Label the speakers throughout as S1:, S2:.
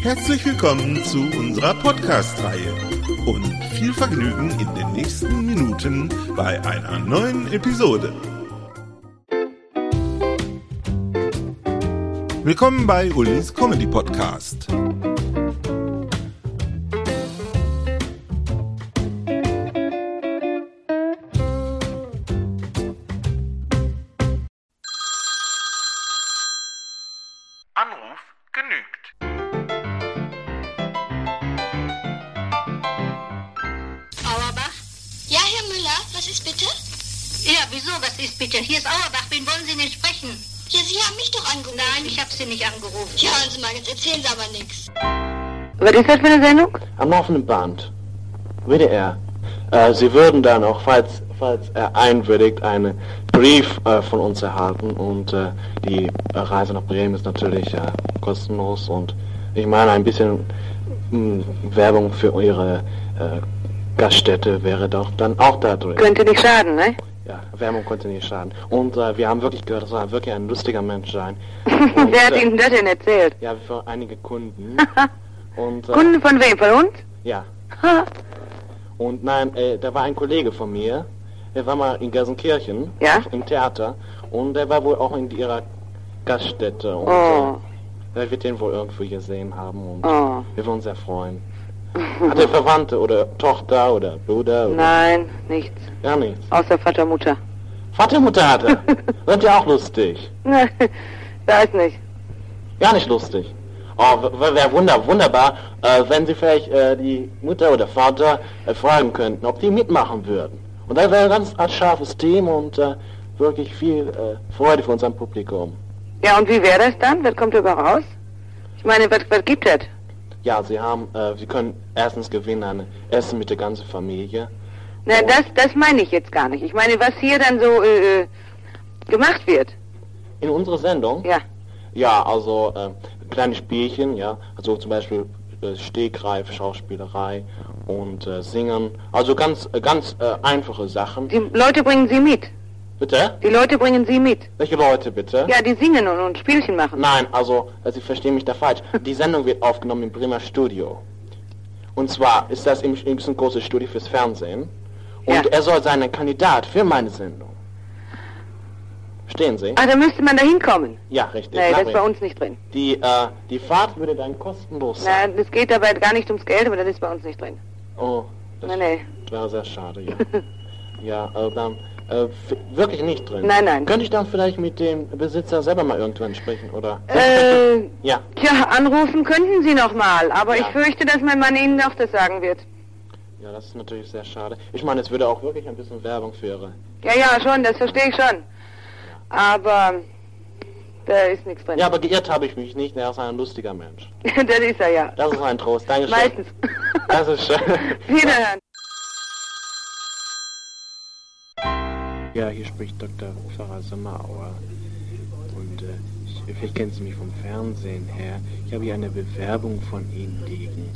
S1: Herzlich willkommen zu unserer Podcast-Reihe und viel Vergnügen in den nächsten Minuten bei einer neuen Episode. Willkommen bei Ulis Comedy Podcast.
S2: Anruf genügt.
S3: Auerbach?
S4: Ja, Herr Müller, was ist bitte?
S3: Ja, wieso? Was ist bitte? Hier ist Auerbach. Wen wollen Sie denn sprechen?
S4: Ja, Sie haben mich doch angerufen.
S3: Nein, ich habe Sie nicht angerufen.
S4: Ja, hören Sie mal, jetzt erzählen Sie aber nichts.
S5: Was ist das für eine Sendung?
S6: Am offenen Band. WDR. Äh, Sie würden dann auch, falls, falls er einwilligt, einen Brief äh, von uns erhalten und äh, die äh, Reise nach Bremen ist natürlich äh, kostenlos und ich meine, ein bisschen mh, Werbung für Ihre äh, Gaststätte wäre doch dann auch da drin.
S5: Könnte nicht schaden, ne?
S6: Ja, Werbung konnte nicht schaden. Und äh, wir haben wirklich gehört, das soll wirklich ein lustiger Mensch sein. Und,
S5: Wer hat
S6: äh,
S5: Ihnen das denn erzählt?
S6: ja, für einige Kunden. Und, äh,
S5: Kunden von wem? Von uns?
S6: Ja.
S5: Ha,
S6: Und nein, äh, da war ein Kollege von mir, der war mal in Gelsenkirchen
S5: Ja?
S6: im Theater und der war wohl auch in ihrer Gaststätte und
S5: Oh.
S6: äh, er wird den wohl irgendwie gesehen haben und
S5: Oh.
S6: wir würden uns sehr freuen. Hat er Verwandte oder Tochter oder Bruder oder
S5: Nein, nichts.
S6: gar nichts?
S5: Außer Vater, Mutter.
S6: Vater, Mutter hat er. Wird ja auch lustig.
S5: Na, Weiß nicht.
S6: Gar nicht lustig. Oh, wäre wunder, wunderbar, äh, wenn Sie vielleicht äh, die Mutter oder Vater äh, fragen könnten, ob die mitmachen würden. Und dann wäre ganz ein scharfes Team und äh, wirklich viel äh, Freude für unser Publikum.
S5: Ja, und wie wäre das dann? Was kommt dabei raus? Ich meine, was, was gibt das?
S6: Ja, Sie haben, äh, Sie können erstens gewinnen ein Essen mit der ganzen Familie.
S5: Na, das, das meine ich jetzt gar nicht. Ich meine, was hier dann so äh, äh, gemacht wird.
S6: In unserer Sendung?
S5: Ja.
S6: Ja, also äh, kleine Spielchen, ja. Also zum Beispiel äh, Stegreif, Schauspielerei und äh, Singen. Also ganz, äh, ganz äh, einfache Sachen.
S5: Die Leute bringen Sie mit.
S6: Bitte?
S5: Die Leute bringen Sie mit.
S6: Welche Leute bitte?
S5: Ja, die singen und, und Spielchen machen.
S6: Nein, also, äh, Sie verstehen mich da falsch. Die Sendung wird aufgenommen im Bremer Studio. Und zwar ist das im Sch- ist ein großes Studio fürs Fernsehen. Und
S5: Ja.
S6: er soll sein ein Kandidat für meine Sendung. Verstehen Sie?
S5: Ach, da müsste man da hinkommen.
S6: Ja, richtig.
S5: Ah. Nee, das ist
S6: Nachricht.
S5: bei uns nicht drin.
S6: die, äh, die Fahrt würde dann kostenlos sein.
S5: Na, das geht dabei gar nicht ums Geld, aber das ist bei uns nicht drin.
S6: Oh, das
S5: Nein, nee.
S6: wäre sehr schade, ja. ja, äh, dann äh, f- wirklich nicht drin.
S5: Nein, nein.
S6: Könnte ich dann vielleicht mit dem Besitzer selber mal irgendwann sprechen, oder?
S5: Äh,
S6: Ja.
S5: tja, anrufen könnten Sie noch mal, aber
S6: Ja.
S5: ich fürchte, dass mein Mann Ihnen noch das sagen wird.
S6: Ja, das ist natürlich sehr schade. Ich meine, es würde auch wirklich ein bisschen Werbung für Ihre.
S5: Ja, ja, schon, das verstehe ich schon. Aber da ist nichts drin.
S6: Ja, aber geirrt habe ich mich nicht. Er ist ein lustiger Mensch.
S5: das ist er ja.
S6: Das ist ein Trost. Dankeschön.
S5: Meistens.
S6: Das ist schön.
S5: Wiederhören.
S6: Ja, hier spricht Dr. Pfarrer Sommerauer. Und äh, ich, vielleicht kennen Sie mich vom Fernsehen her. Ich habe hier eine Bewerbung von Ihnen liegen.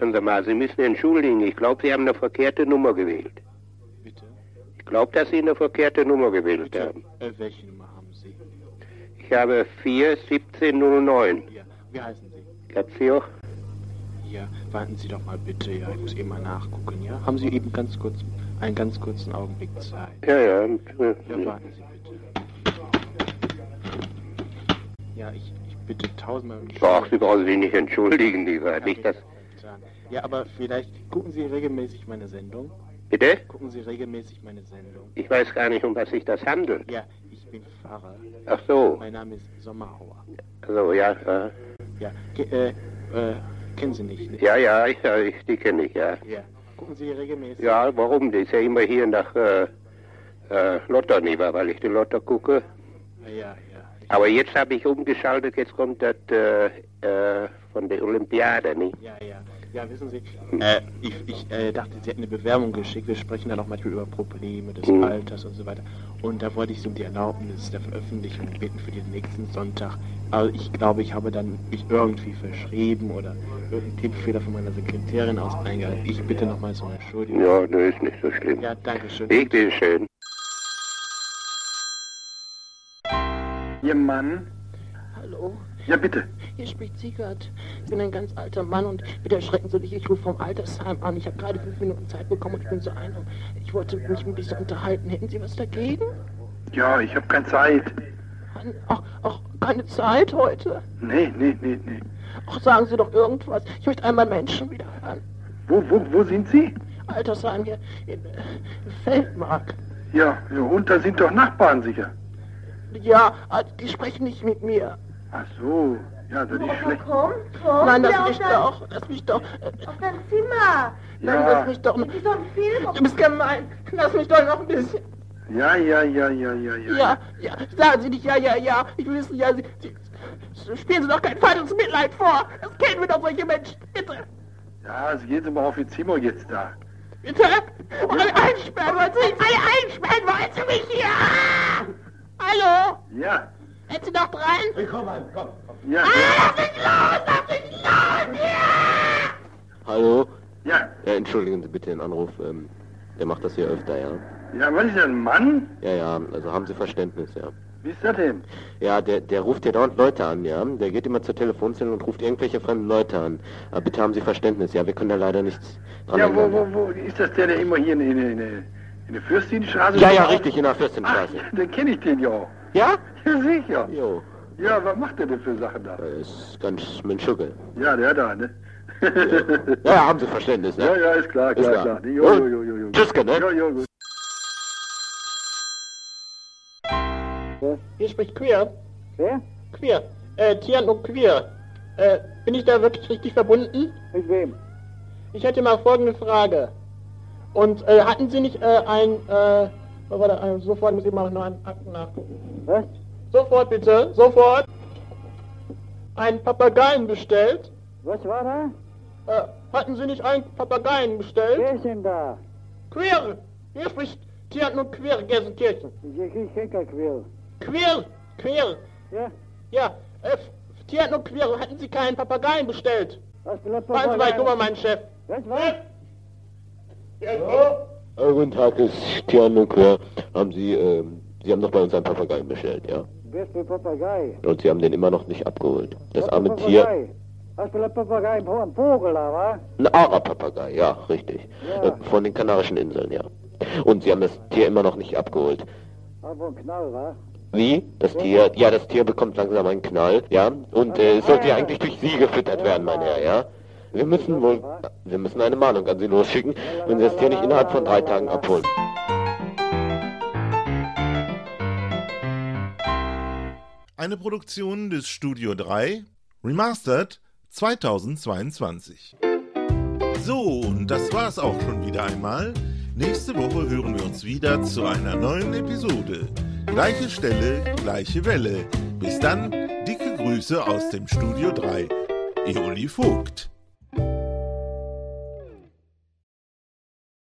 S7: Sagen Sie mal, Sie müssen entschuldigen. Ich glaube, Sie haben eine verkehrte Nummer gewählt.
S6: Bitte?
S7: Ich glaube, dass Sie eine verkehrte Nummer gewählt haben.
S6: Äh, welche Nummer haben Sie?
S7: Ich habe 41709.
S6: Ja, wie heißen Sie?
S7: Ich habe Sie auch.
S6: Ja, warten Sie doch mal bitte. Ja, ich muss eben mal nachgucken, ja? Haben Sie eben ganz kurz, einen ganz kurzen Augenblick Zeit?
S7: Ja, ja.
S6: Ja, warten Sie bitte. Ja, ich, ich bitte tausendmal. um
S7: Ach, Sie
S6: Entschuldigung.
S7: brauchen sich nicht entschuldigen, lieber.
S6: Ja,
S7: Nicht das.
S6: Ja, aber vielleicht gucken Sie regelmäßig meine Sendung.
S7: Bitte?
S6: Gucken Sie regelmäßig meine Sendung.
S7: Ich weiß gar nicht, um was sich das handelt.
S6: Ja, ich bin Pfarrer.
S7: Ach so.
S6: Mein Name ist Sommerauer.
S7: Also, ja. Ja,
S6: Ja, ke äh, äh, kennen Sie nicht? ne?
S7: ja, ja, ich, ja, ich die kenne ich, ja.
S6: Ja. Gucken Sie regelmäßig.
S7: Ja, warum? Die ist ja immer hier nach äh, äh, Lotter, lieber, weil ich die Lotter gucke.
S6: Ja, ja. ja.
S7: Aber jetzt habe ich umgeschaltet, jetzt kommt das äh, äh, von der Olympiade, nicht?
S8: Ja, ja. Ja, wissen Sie, äh, ich, ich äh, dachte, Sie hätten eine Bewerbung geschickt. Wir sprechen dann auch manchmal über Probleme des Alters und so weiter. Und da wollte ich Sie um die Erlaubnis der Veröffentlichung bitten für den nächsten Sonntag. Aber ich glaube, ich habe dann mich irgendwie verschrieben oder irgendeinen Tippfehler von meiner Sekretärin aus eingegangen. Ich bitte nochmal so eine Entschuldigung.
S7: Ja, das ist nicht so schlimm.
S8: Ja, danke schön.
S7: Ich bin schön.
S9: Ihr Mann?
S10: Hallo,
S9: Ja, bitte.
S10: hier spricht Siegert. Ich bin ein ganz alter Mann und bitte erschrecken Sie nicht, ich rufe vom Altersheim an. Ich habe gerade fünf Minuten Zeit bekommen und ich bin so einsam. Ich wollte mich ein bisschen unterhalten. Hätten Sie was dagegen?
S9: Ja, ich habe keine Zeit.
S10: Mann, Ach, ach, keine Zeit heute.
S9: Nee, nee, nee, nee.
S10: Ach, sagen Sie doch irgendwas. Ich möchte einmal Menschen wieder hören.
S9: Wo, wo, wo sind Sie?
S10: Altersheim hier in äh, Feldmark.
S9: Ja, ja, und da sind doch Nachbarn sicher.
S10: Ja, ah, die sprechen nicht mit mir.
S9: Ach so. Ja, das ist schlecht.
S11: Komm, komm.
S10: Nein,
S11: hier
S10: lass
S11: auf
S10: mich
S11: dein-
S10: doch, lass mich doch. Äh,
S11: Auf dein Zimmer.
S10: Nein,
S9: Ja.
S10: lass mich doch.
S11: Wie so ein Film.
S10: Du bist gemein. Lass mich doch noch ein bisschen.
S9: Ja, ja, ja, ja, ja, ja.
S10: Ja, ja, sagen Sie nicht, ja, ja, ja. Ich will wissen, ja, Sie, Sie spielen Sie doch kein falsches Mitleid vor. Das kennen wir doch solche Menschen. Bitte,
S9: Ja, Sie gehen Sie mal auf Ihr Zimmer jetzt da.
S10: bitte. Und alle einsperren wollen Sie mich, alle einsperren wollen Sie mich hier. Ah! Hallo,
S9: Ja,
S10: sind Sie noch dran?
S9: ja,
S8: Hallo?
S9: ja.
S8: Ja, entschuldigen Sie bitte den Anruf. Ähm, der macht das hier öfter, ja?
S9: Ja, was ist das, ein Mann?
S8: Ja, ja, also haben Sie Verständnis, ja.
S9: Wie ist das denn?
S8: Ja, der, der ruft ja dauernd Leute an, ja. Der geht immer zur Telefonzelle und ruft irgendwelche fremden Leute an. Aber bitte haben Sie Verständnis, ja. Wir können da leider nichts dran
S9: Ja, wo,
S8: ändern.
S9: wo, wo ist das der, der immer hier in, in, in, in der Fürstinstraße
S8: Ja, ja, richtig, in der Fürstinstraße.
S9: Ach, dann kenne ich den ja auch.
S8: Ja?
S9: Ja, sicher.
S8: Jo,
S9: Ja, was macht der denn für Sachen da?
S8: äh, ist ganz mit Schugge.
S9: Ja, der da, ne?
S8: Ja, ja, haben Sie Verständnis, ne?
S9: ja, ja, ist klar,
S8: Ist
S9: klar,
S8: klar.
S9: klar. Jo, jo, jo, jo, jo.
S8: Tschüss, ne?
S9: Jo, jo, gut.
S10: Hier spricht Queer.
S5: Wer?
S10: Queer. Äh, Tian und Queer. Äh, bin ich da wirklich richtig verbunden?
S5: Mit wem?
S10: Ich hätte mal folgende Frage. Und äh, hatten Sie nicht äh, ein, äh, was war da, äh, sofort muss ich mal noch einen Akten nachgucken.
S5: Was?
S10: Sofort bitte, sofort. Einen Papageien bestellt.
S5: Was war da?
S10: Äh, hatten Sie nicht einen Papageien
S5: Wer
S10: bestellt?
S5: ist denn da?
S10: Queer! Hier spricht Tian und Queer Gelsenkirchen.
S5: Ich, ich kenn kein Quill.
S10: Queer! Queer!
S5: Ja?
S10: Ja, äh, Tian und Queer, hatten Sie keinen Papageien bestellt?
S5: Was bleibt
S10: Fahren Sie mal, ich guck mal meinen Chef.
S5: Was war?
S10: Ja.
S8: Äh, Guten Tag, ist Tian Nuklear. Haben Sie, ähm, Sie haben doch bei uns einen Papagei bestellt, ja?
S5: Wer ist der Papagei?
S8: Und Sie haben den immer noch nicht abgeholt. Das
S5: Was für
S8: arme Tier.
S5: Papagei? Was bleibt Papagei im Horn? Vogel, aber?
S8: Ein Ara-Papagei, ja, richtig.
S5: Ja.
S8: Äh, Von den Kanarischen Inseln, ja. Und Sie haben das Tier immer noch nicht abgeholt.
S5: Aber ein Knall, wa?
S8: Wie? Das Tier, ja, das Tier bekommt langsam einen Knall, ja, und äh, es sollte ja eigentlich durch Sie gefüttert werden, mein Herr, ja. Wir müssen wohl, wir müssen eine Mahnung an Sie losschicken, wenn Sie das Tier nicht innerhalb von drei Tagen abholen.
S1: Eine Produktion des Studio 3, remastered 2022. So, und das war's auch schon wieder einmal. Nächste Woche hören wir uns wieder zu einer neuen Episode. Gleiche Stelle, gleiche Welle. Bis dann, dicke Grüße aus dem Studio 3. Eoli Vogt.